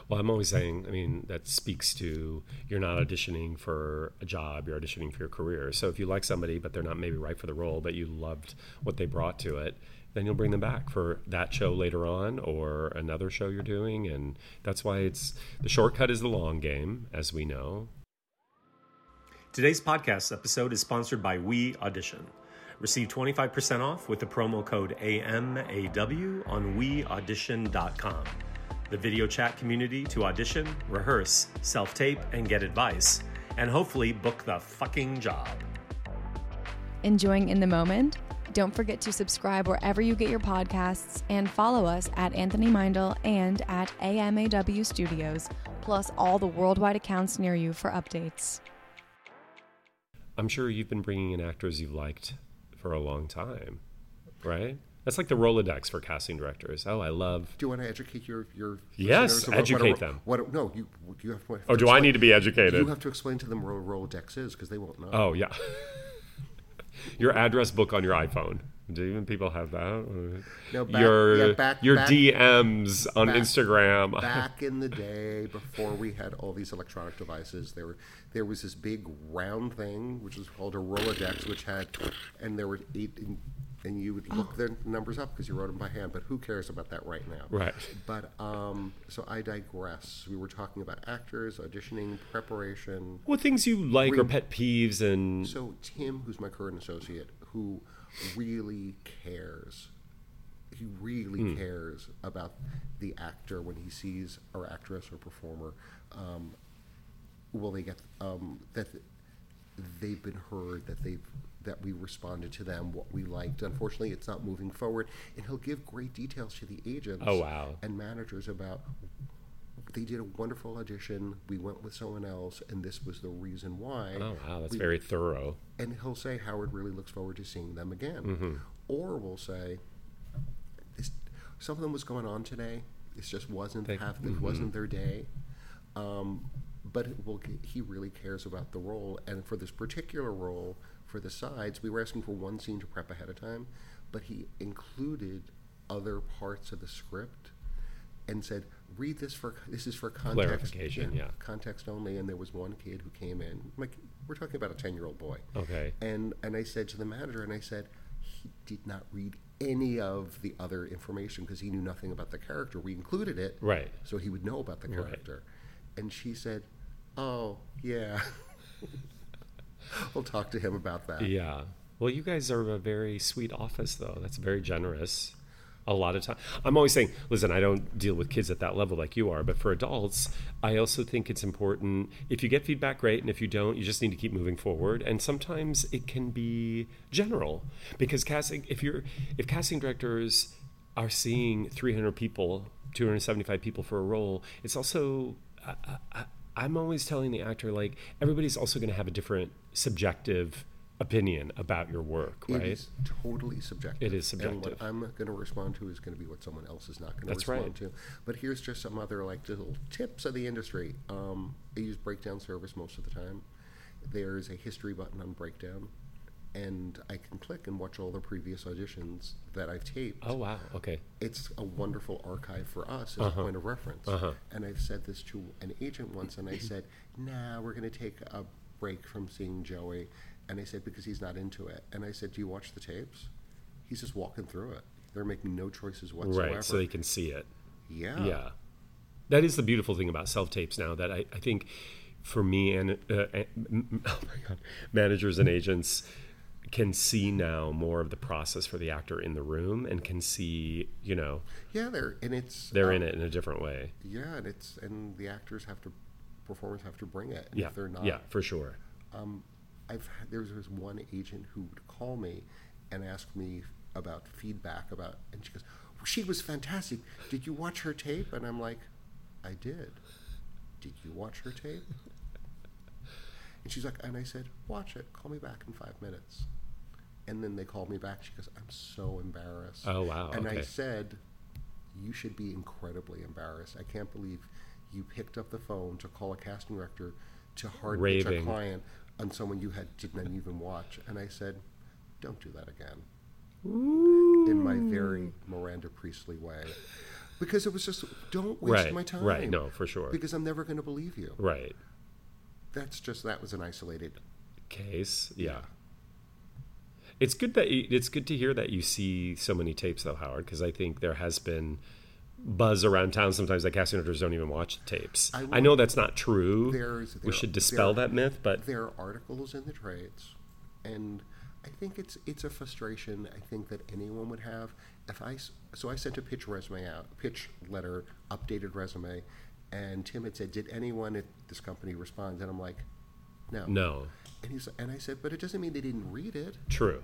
B: Well, I'm always saying, I mean, that speaks to you're not auditioning for a job, you're auditioning for your career. So if you like somebody, but they're not maybe right for the role, but you loved what they brought to it, then you'll bring them back for that show later on or another show you're doing. And that's why it's the shortcut is the long game, as we know.
D: Today's podcast episode is sponsored by We Audition. Receive 25% off with the promo code AMAW on weaudition.com. The video chat community to audition, rehearse, self tape, and get advice, and hopefully book the fucking job.
A: Enjoying in the moment? Don't forget to subscribe wherever you get your podcasts and follow us at Anthony Mindel and at AMAW Studios, plus all the worldwide accounts near you for updates.
B: I'm sure you've been bringing in actors you've liked for a long time, right? That's like the Rolodex for casting directors. Oh, I love.
C: do you want to educate your your
B: Yes,
C: listeners about what a
B: educate
C: ro-
B: them.
C: what a- no you you have to
B: Or Oh, do I need to be educated?
C: you have to explain to them what a rolodex is because they won't know
B: Oh yeah. [laughs] your address book on your iPhone. Do even people have that?
C: No, back-
B: your
C: yeah, back-
B: your
C: back-
B: DMs on
C: back-
B: Instagram. [laughs]
C: back in the day before we had all these electronic devices there were there was this big round thing which was called a rolodex which had and there were eight and, and you would look their numbers up because you wrote them by hand but who cares about that right now
B: Right.
C: but um so i digress we were talking about actors auditioning preparation
B: What things you like or pet peeves and
C: so Tim, who's my current associate, who really cares, he really
B: Hmm.
C: cares about the actor when he sees or actress or performer. Um, will they get um, that they've been heard that they've that we responded to them what we liked unfortunately it's not moving forward and he'll give great details to the agents
B: Oh, wow.
C: and managers about they did a wonderful audition we went with someone else and this was the reason why
B: oh wow, that's
C: we
B: very thorough.
C: and he'll say Howard really looks forward to seeing them again,
B: Mm-hmm.
C: or we'll say this, something was going on today. This just wasn't half, it
B: Mm-hmm.
C: wasn't their day. Um, but it will, get- he really cares about the role, and for this particular role, for the sides, we were asking for one scene to prep ahead of time, but he included other parts of the script and said, "Read this for this is for context,
B: Clarification, yeah.
C: context only." And there was one kid who came in, like we're talking about a ten-year-old boy,
B: Okay.
C: and and I said to the manager, and I said, he did not read any of the other information because he knew nothing about the character. We included it,
B: Right.
C: So he would know about the character. And she said, "Oh yeah, [laughs] we'll talk to him about that."
B: Yeah. Well, you guys are a very sweet office, though. That's very generous. A lot of time, I'm always saying, listen, I don't deal with kids at that level like you are, but for adults, I also think it's important. If you get feedback, great, and if you don't, you just need to keep moving forward. And sometimes it can be general because casting, if you're, if casting directors are seeing 300 people, 275 people for a role, it's also I, I, I'm always telling the actor like everybody's also going to have a different subjective opinion about your work,
C: It
B: right?
C: is totally subjective.
B: It is
C: And what
B: subjective.
C: I'm going to respond to is going to be what someone else is not going to
B: That's
C: respond
B: right.
C: to. But here's just some other like little tips of the industry. Um, I use breakdown service most of the time. There's a history button on breakdown, and I can click and watch all the previous auditions that I've taped
B: Oh wow, okay.
C: it's a wonderful archive for us as
B: Uh-huh.
C: a point of reference. And I've said this to an agent once, and I said, "Nah, we're going to take a break from seeing Joey." And I said because he's not into it. And I said, "Do you watch the tapes?" He's just walking through it. They're making no choices whatsoever. Oh.
B: Right, so they can see it.
C: yeah.
B: Yeah. That is the beautiful thing about self tapes now that I, I [laughs] think for me and uh, and- oh my God, managers and agents can see now more of the process for the actor in the room and can see, you know,
C: Yeah, they're and it's
B: they're
C: uh,
B: in it in a different way.
C: Yeah, and it's and the actors have to performers have to bring it. And
B: Yeah.
C: if they're not
B: yeah, for sure.
C: I've there was one agent who would call me and ask me about feedback about, and she goes, "She was fantastic. Did you watch her tape?" And I'm like, "I did. Did you watch her tape?" And she's like, and I said, "Watch it. Call me back in five minutes." And then they called me back. She goes, "I'm so embarrassed."
B: Oh, wow,
C: And I
B: okay.
C: said, "You should be incredibly embarrassed. I can't believe you picked up the phone to call a casting director to hard pitch a
B: Raving.
C: client on someone you had didn't even watch." And I said, "Don't do that again." In my very Miranda Priestley way, because it was just don't waste
B: Right,
C: my time.
B: right, no, for sure.
C: Because I'm never going to believe you.
B: Right.
C: That's just that was an isolated
B: case. Yeah. It's good that you, it's good to hear that you see so many tapes though, Howard, because I think there has been buzz around town sometimes that casting directors don't even watch tapes.
C: I
B: I,
C: will-
B: know that's not true.
C: There's-
B: we
C: there-
B: should dispel
C: there-
B: that myth, but
C: there are articles in the trades and i think it's it's a frustration i think that anyone would have if i s- so i sent a pitch resume out pitch letter updated resume and tim had said did anyone at this company respond and i'm like no
B: no,
C: and he's and i said but it doesn't mean they didn't read it
B: true.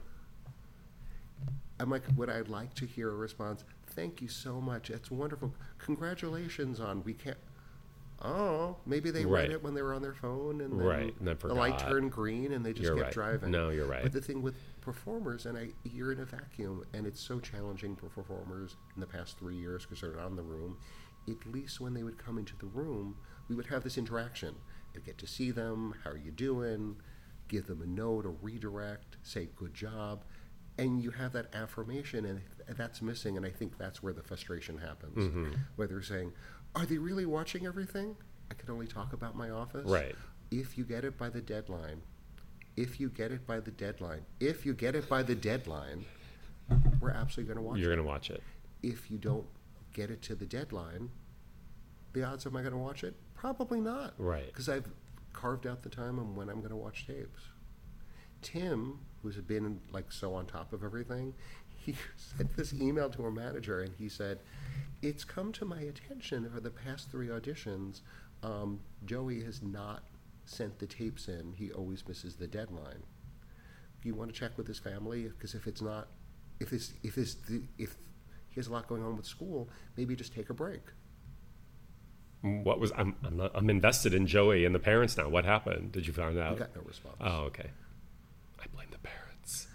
C: i'm like would i like to hear a response thank you so much that's wonderful congratulations on we can't Oh, maybe they
B: Right.
C: read it when they were on their phone, and then
B: Right, and then
C: the light
B: forgot.
C: turned green, and they just
B: You're
C: kept
B: right.
C: driving.
B: No, you're right.
C: But the thing with performers, and I, you're in a vacuum, and it's so challenging for performers in the past three years because they're not in the room. At least when they would come into the room, we would have this interaction. I'd get to see them. How are you doing? Give them a note, a redirect, say good job, and you have that affirmation, and that's missing. And I think that's where the frustration happens. Where they're saying, "Are they really watching everything? I can only talk about my office."
B: Right.
C: If you get it by the deadline, if you get it by the deadline, if you get it by the deadline, we're absolutely going to watch
B: You're
C: it.
B: gonna watch it.
C: If you don't get it to the deadline, the odds am I going to watch it? Probably not.
B: Right.
C: Because I've carved out the time on when I'm going to watch tapes. Tim, who's been like so on top of everything, he [laughs] sent this email to our manager and he said, It's come to my attention for the past three auditions, um, Joey has not sent the tapes in. He always misses the deadline. You want to check with his family? Because if it's not, if this, if this, if he has a lot going on with school, maybe just take a break.
B: What was I'm I'm, not, I'm invested in Joey and the parents now. What happened? Did you find
C: We
B: out?
C: got no response.
B: Oh, okay. I blame the parents.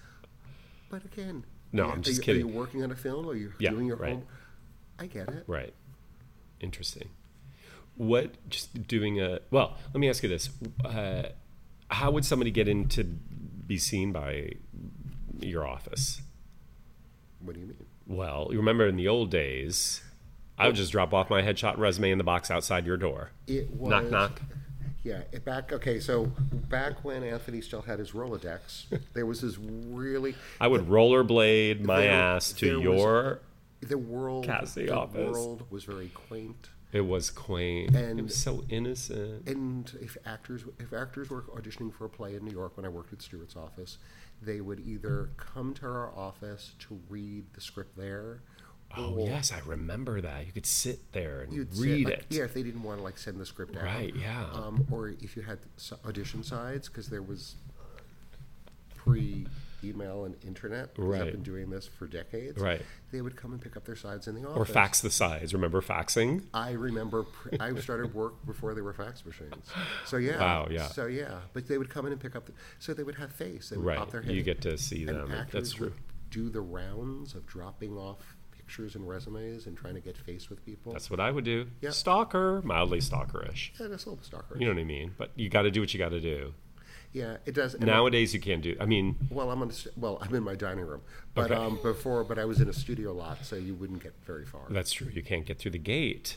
C: But again,
B: No,
C: are
B: I'm
C: you-
B: just
C: are you- Are
B: kidding.
C: you working on a film? Are you
B: Yeah,
C: doing your
B: right.
C: home? I get it.
B: Right. Interesting. What just doing a well? Let me ask you this: uh, How would somebody get in to be seen by your office?
C: What do you mean?
B: Well, you remember in the old days, I would just drop off my headshot resume in the box outside your door.
C: It was
B: knock knock.
C: Yeah, it back okay. So back when Anthony still had his Rolodex,
B: [laughs]
C: there was this really
B: I would rollerblade my
C: There-
B: ass
C: there
B: to
C: was-
B: your.
C: the world.
B: Cassie
C: the
B: office.
C: world was very quaint,
B: It was quaint.
C: And-
B: it was so innocent.
C: and if actors if actors were auditioning for a play in New York when I worked at Stewart's office, they would either come to our office to read the script there.
B: Oh yes, I remember that. You could sit there and
C: you'd sit,
B: read
C: like,
B: it.
C: Yeah, if they didn't want to like send the script out.
B: Right, yeah.
C: Um, or if you had s- audition sides, because there was pre email and internet. 'cause I've
B: Right.
C: been doing this for decades.
B: Right.
C: They would come and pick up their sides in the office.
B: Or fax the size. Remember faxing?
C: I remember pr- I started work before there were fax machines. So yeah.
B: Wow, yeah.
C: So yeah, but they would come in and pick up. The, so they would have face. They would
B: Right.
C: Pop their head
B: You get to see them.
C: and actors
B: That's true.
C: would do the rounds of dropping off pictures and resumes and trying to get face with people.
B: That's what I would do.
C: Yeah.
B: Stalker, mildly stalkerish.
C: yeah, that's a little stalker.
B: You know what I mean? But you got to do what you got to do.
C: Yeah, it does. and
B: Nowadays, you can't do. I mean,
C: Well, I'm on. a st- Well, I'm in my dining room, but
B: Okay.
C: um, before, but I was in a studio lot, so you wouldn't get very far.
B: that's true. You can't get through the gate.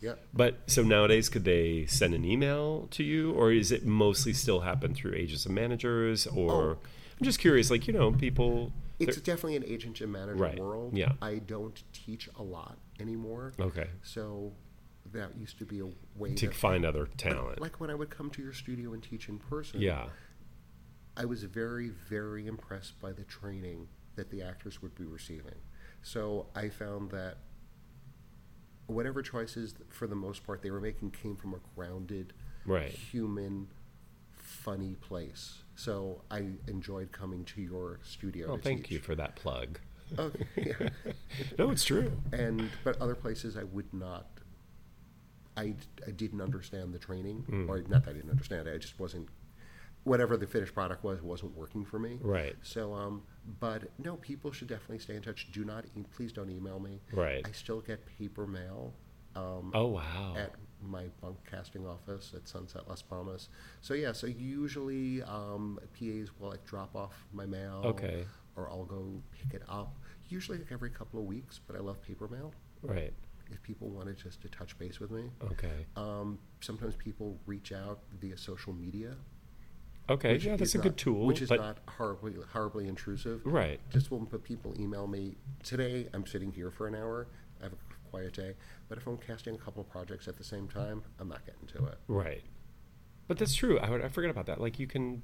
C: yeah,
B: But so nowadays, could they send an email to you, or is it mostly still happen through agents and managers? Or I'm just curious, like you know, people.
C: Oh. it's definitely an agent and manager
B: Right,
C: world.
B: yeah.
C: I don't teach a lot anymore.
B: Okay.
C: so that used to be a way
B: To
C: that-
B: find other talent.
C: like when I would come to your studio and teach in person.
B: yeah.
C: I was very, very impressed by the training that the actors would be receiving. So I found that whatever choices, for the most part, they were making came from a grounded,
B: Right.
C: human, funny place. So I enjoyed coming to your studio.
B: Well,
C: to
B: thank
C: teach.
B: you for that plug.
C: Oh, [laughs] yeah.
B: [laughs] No, it's true.
C: and but other places I would not. I, I didn't understand the training,
B: Mm.
C: or not that I didn't understand it. I just wasn't. Whatever the finished product was, wasn't working for me.
B: Right.
C: So um, but no, people should definitely stay in touch. Do not e- please don't email me.
B: Right.
C: I still get paper mail. Um,
B: Oh wow.
C: at my bunk casting office at Sunset Las Palmas. So yeah, so usually um, PAs will like drop off my mail.
B: Okay.
C: Or I'll go pick it up. Usually like every couple of weeks, but I love paper mail.
B: Right.
C: If people wanted just to touch base with me,
B: Okay.
C: um, sometimes people reach out via social media.
B: Okay.
C: which
B: yeah, that's
C: is
B: a good
C: not-
B: tool.
C: Which is
B: but
C: not horribly horribly intrusive.
B: Right.
C: Just when p- people email me today, I'm sitting here for an hour. I have a quiet day, but if I'm casting a couple of projects at the same time, I'm not getting to it.
B: Right. But that's true. I, would- I forgot about that. Like you can,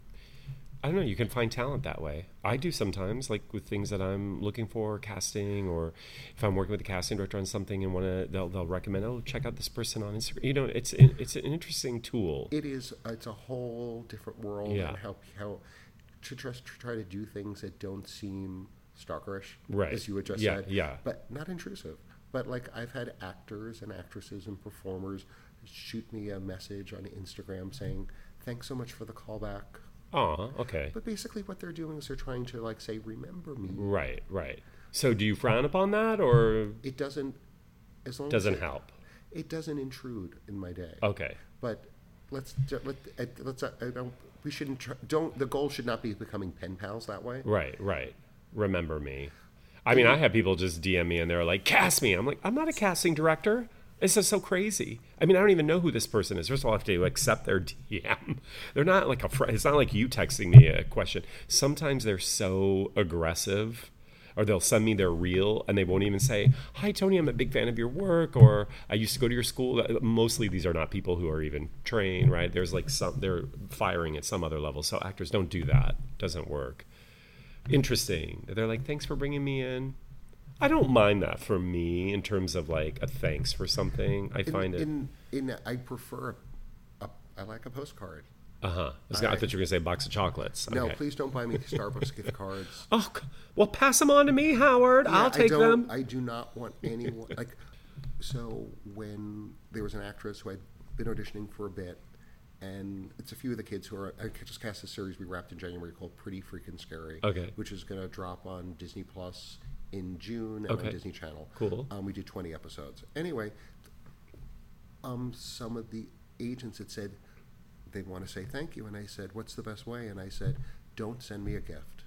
B: I don't know, you can find talent that way. I do sometimes, like with things that I'm looking for, casting, or if I'm working with a casting director on something and want to, they'll, they'll recommend, oh, check out this person on Instagram. You know, it's it's an interesting tool.
C: it is it's a whole different world
B: Yeah.
C: and how how to just to try to do things that don't seem stalkerish
B: Right.
C: as you had just
B: Yeah,
C: said
B: yeah.
C: but not intrusive but like i've had actors and actresses and performers shoot me a message on instagram saying thanks so much for the callback
B: Aw, okay.
C: but basically what they're doing is they're trying to like say remember me
B: Right, right. So do you frown upon that or
C: it doesn't as long
B: doesn't
C: as it,
B: help?
C: it doesn't intrude in my day
B: Okay.
C: but let's ju- let uh, let's uh, I don't, we shouldn't try, don't the goal should not be becoming pen pals that way.
B: Right, right. Remember me. I mean, I have people just DM me and they're like, cast me. I'm like, I'm not a casting director. This is so crazy. I mean, I don't even know who this person is. First of all, I have to accept their DM. [laughs] They're not like a friend. It's not like you texting me a question. Sometimes they're so aggressive or they'll send me their reel and they won't even say, Hi, Tony, I'm a big fan of your work, or I used to go to your school. Mostly these are not people who are even trained, right? There's like some, they're firing at some other level. So actors don't do that. Doesn't work interesting. They're like, thanks for bringing me in. I don't mind that for me in terms of like a thanks for something. I find it.
C: In in I prefer a, a I like a postcard.
B: Uh huh. I, was gonna- I thought you were gonna say a box of chocolates.
C: No,
B: Okay.
C: please don't
B: [laughs]
C: buy me Starbucks gift cards.
B: Oh, c- well, pass them on to me, Howard.
C: Yeah,
B: I'll
C: I
B: take
C: don't,
B: them.
C: I do not want anyone like. So when there was an actress who I'd been auditioning for a bit, and it's a few of the kids who are I just cast a series we wrapped in January called Pretty Freaking Scary.
B: Okay.
C: Which is going to drop on Disney Plus in June and
B: Okay.
C: on Disney Channel.
B: Cool.
C: Um, we did twenty episodes. Anyway, um, some of the agents had said they want to say thank you, and I said, "What's the best way?" And I said, "Don't send me a gift.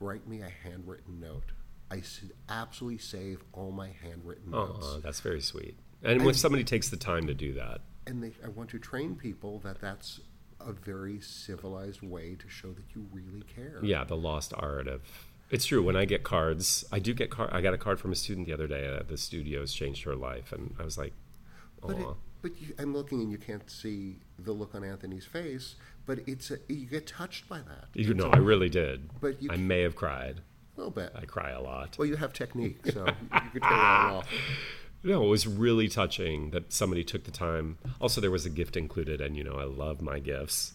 C: Write me a handwritten note. I s- absolutely save all my handwritten notes,
B: Oh, that's very sweet. And when somebody takes the time to do that,
C: and they, I want to train people that that's a very civilized way to show that you really care."
B: yeah, the lost art of. It's true. When I get cards, I do get card. I got a card from a student the other day. Uh, the studio's changed her life, and I was like,
C: But, it,
B: Aw.
C: but you, I'm looking, and you can't see the look on Anthony's face. But it's a, you get touched by that
B: you know, I really did.
C: But you
B: I
C: c-
B: may have cried.
C: a little bit.
B: I cry a lot.
C: Well, you have technique,
B: [laughs]
C: so you can turn that off.
B: No, it was really touching that somebody took the time. Also, there was a gift included, and you know I love my gifts.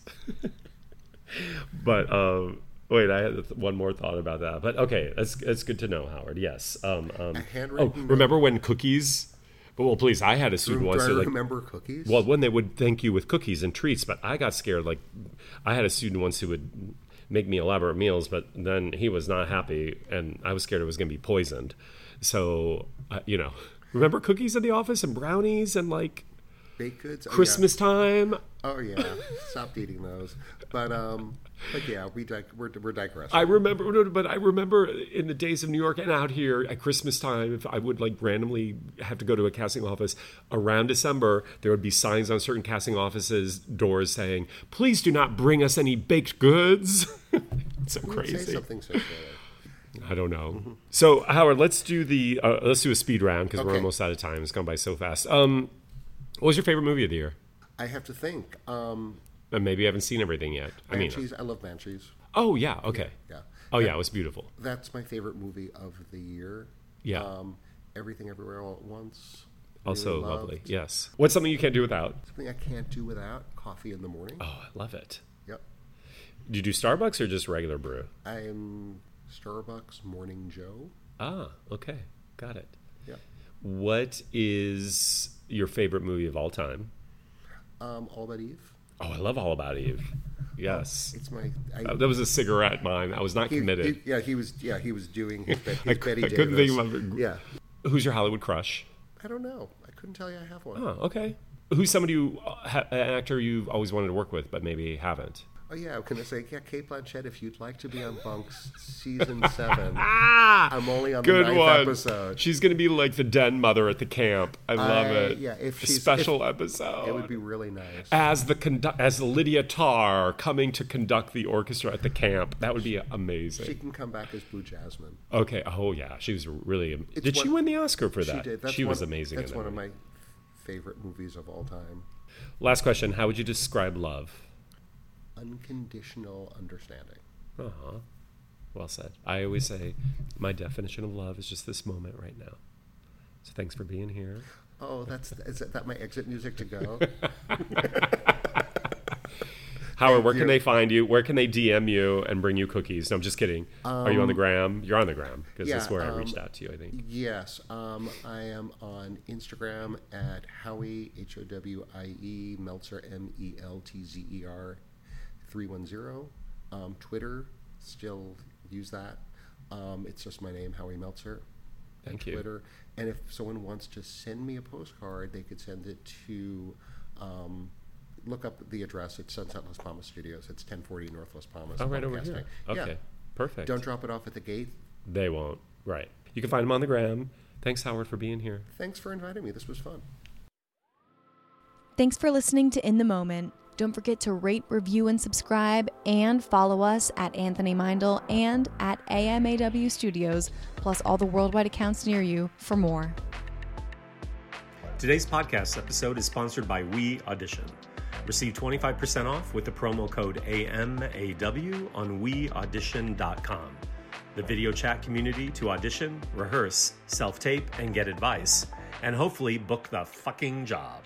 B: [laughs] but um, wait, I had th- one more thought about that. But okay, that's that's good to know, Howard. Yes. Um, um, oh,
C: handwritten note.
B: remember when cookies? But well, please, I had a student
C: Do
B: once
C: I
B: who like
C: remember cookies?
B: well, when they would thank you with cookies and treats, but I got scared. Like, I had a student once who would make me elaborate meals, but then he was not happy, and I was scared it was going to be poisoned. So, uh, you know, remember cookies in the office and brownies and like
C: baked goods. Oh, yeah.
B: Christmas time?
C: Oh yeah, stopped eating those. But um, but yeah, we dig- we're we're digressing.
B: I remember, no, no, but I remember in the days of New York and out here at Christmas time, if I would like randomly have to go to a casting office around December, there would be signs on certain casting offices doors saying, "Please do not bring us any baked goods." [laughs] It's so
C: Don't Say
B: crazy.
C: something Mm-hmm. so silly.
B: I don't know. So Howard, let's do the uh, let's do a speed round because we're
C: Okay.
B: almost out of time. It's gone by so fast. Um, what was your favorite movie of the year?
C: I have to think. Um,
B: But maybe I haven't seen everything yet. I mean, uh,
C: Banshees. I love Banshees.
B: oh yeah, okay.
C: Yeah.
B: Oh yeah, it was beautiful.
C: That's my favorite movie of the year.
B: Yeah.
C: Um, Everything Everywhere All at Once. really
B: also
C: loved.
B: Oh, lovely. Yes. What's something you can't do without?
C: Something I can't do without coffee in the morning.
B: Oh, I love it.
C: Yep.
B: Do you do Starbucks or just regular brew?
C: I'm Starbucks Morning Joe.
B: Ah, okay. Got it.
C: Yep.
B: What is your favorite movie of all time?
C: Um, All About Eve.
B: Oh, I love All About [laughs] Eve. Yes.
C: It's my. I,
B: Uh, That was a cigarette mime. I was not
C: he-
B: committed.
C: he- yeah, he was. Yeah, he was
B: [laughs]
C: doing his, Be- his
B: cou-
C: Betty
B: I
C: Davis.
B: couldn't think of a-
C: Yeah.
B: Who's your Hollywood crush?
C: I don't know. I couldn't tell you I have one.
B: Oh, okay. Who's somebody you, uh, ha- an actor you've always wanted to work with, but maybe haven't?
C: Oh yeah, I was gonna say, yeah, Kate Blanchett, if you'd like to be on Bunks
B: [laughs]
C: season seven,
B: Ah,
C: I'm only on
B: good
C: the ninth
B: one.
C: episode.
B: She's gonna be like the den mother at the camp. I love
C: I-
B: it.
C: yeah, if
B: A
C: she's-
B: special episode.
C: It would be really nice.
B: as the condu- as Lydia Tarr coming to conduct the orchestra at the camp. That would be amazing.
C: She can come back as Blue Jasmine.
B: okay. Oh yeah, she was really. am- did she win
C: one-
B: the Oscar for that?
C: She did. That's
B: she
C: one,
B: was amazing.
C: That's
B: in that
C: one of
B: movie.
C: my favorite movies of all time.
B: Last question: How would you describe love?
C: Unconditional understanding.
B: Uh huh. Well said. I always say my definition of love is just this moment right now. So thanks for being here.
C: Oh, that's is that my exit music
B: [laughs]
C: to go?
B: Howard, where
C: you.
B: can they find you? Where can they DM you and bring you cookies? No, I'm just kidding. Are you on the gram? You're on the gram because
C: Um, yeah,
B: that's where I
C: um,
B: reached out to you. I think.
C: yes, um, I am on Instagram at Howie H O W I E Meltzer M E L T Z E R three one zero. Um, Twitter still use that. Um, it's just my name, Howie Meltzer.
B: Thank you.
C: Twitter. And if someone wants to send me a postcard, they could send it to, um, look up the address. It's Sunset Las Palmas Studios. It's 1040 North Las Palmas.
B: Oh, right over
C: Podcasting.
B: here.
C: Yeah.
B: Okay. Perfect.
C: Don't drop it off at the gate.
B: They won't. Right. You can find them on the gram. Thanks, Howard, for being here.
C: Thanks for inviting me. This was fun.
A: Thanks for listening to In the Moment. Don't forget to rate, review, and subscribe, and follow us at Anthony Mindel and at AMAW Studios, plus all the worldwide accounts near you for more.
D: Today's podcast episode is sponsored by We Audition. Receive 25% off with the promo code AMAW on weaudition.com. The video chat community to audition, rehearse, self tape, and get advice, and hopefully book the fucking job.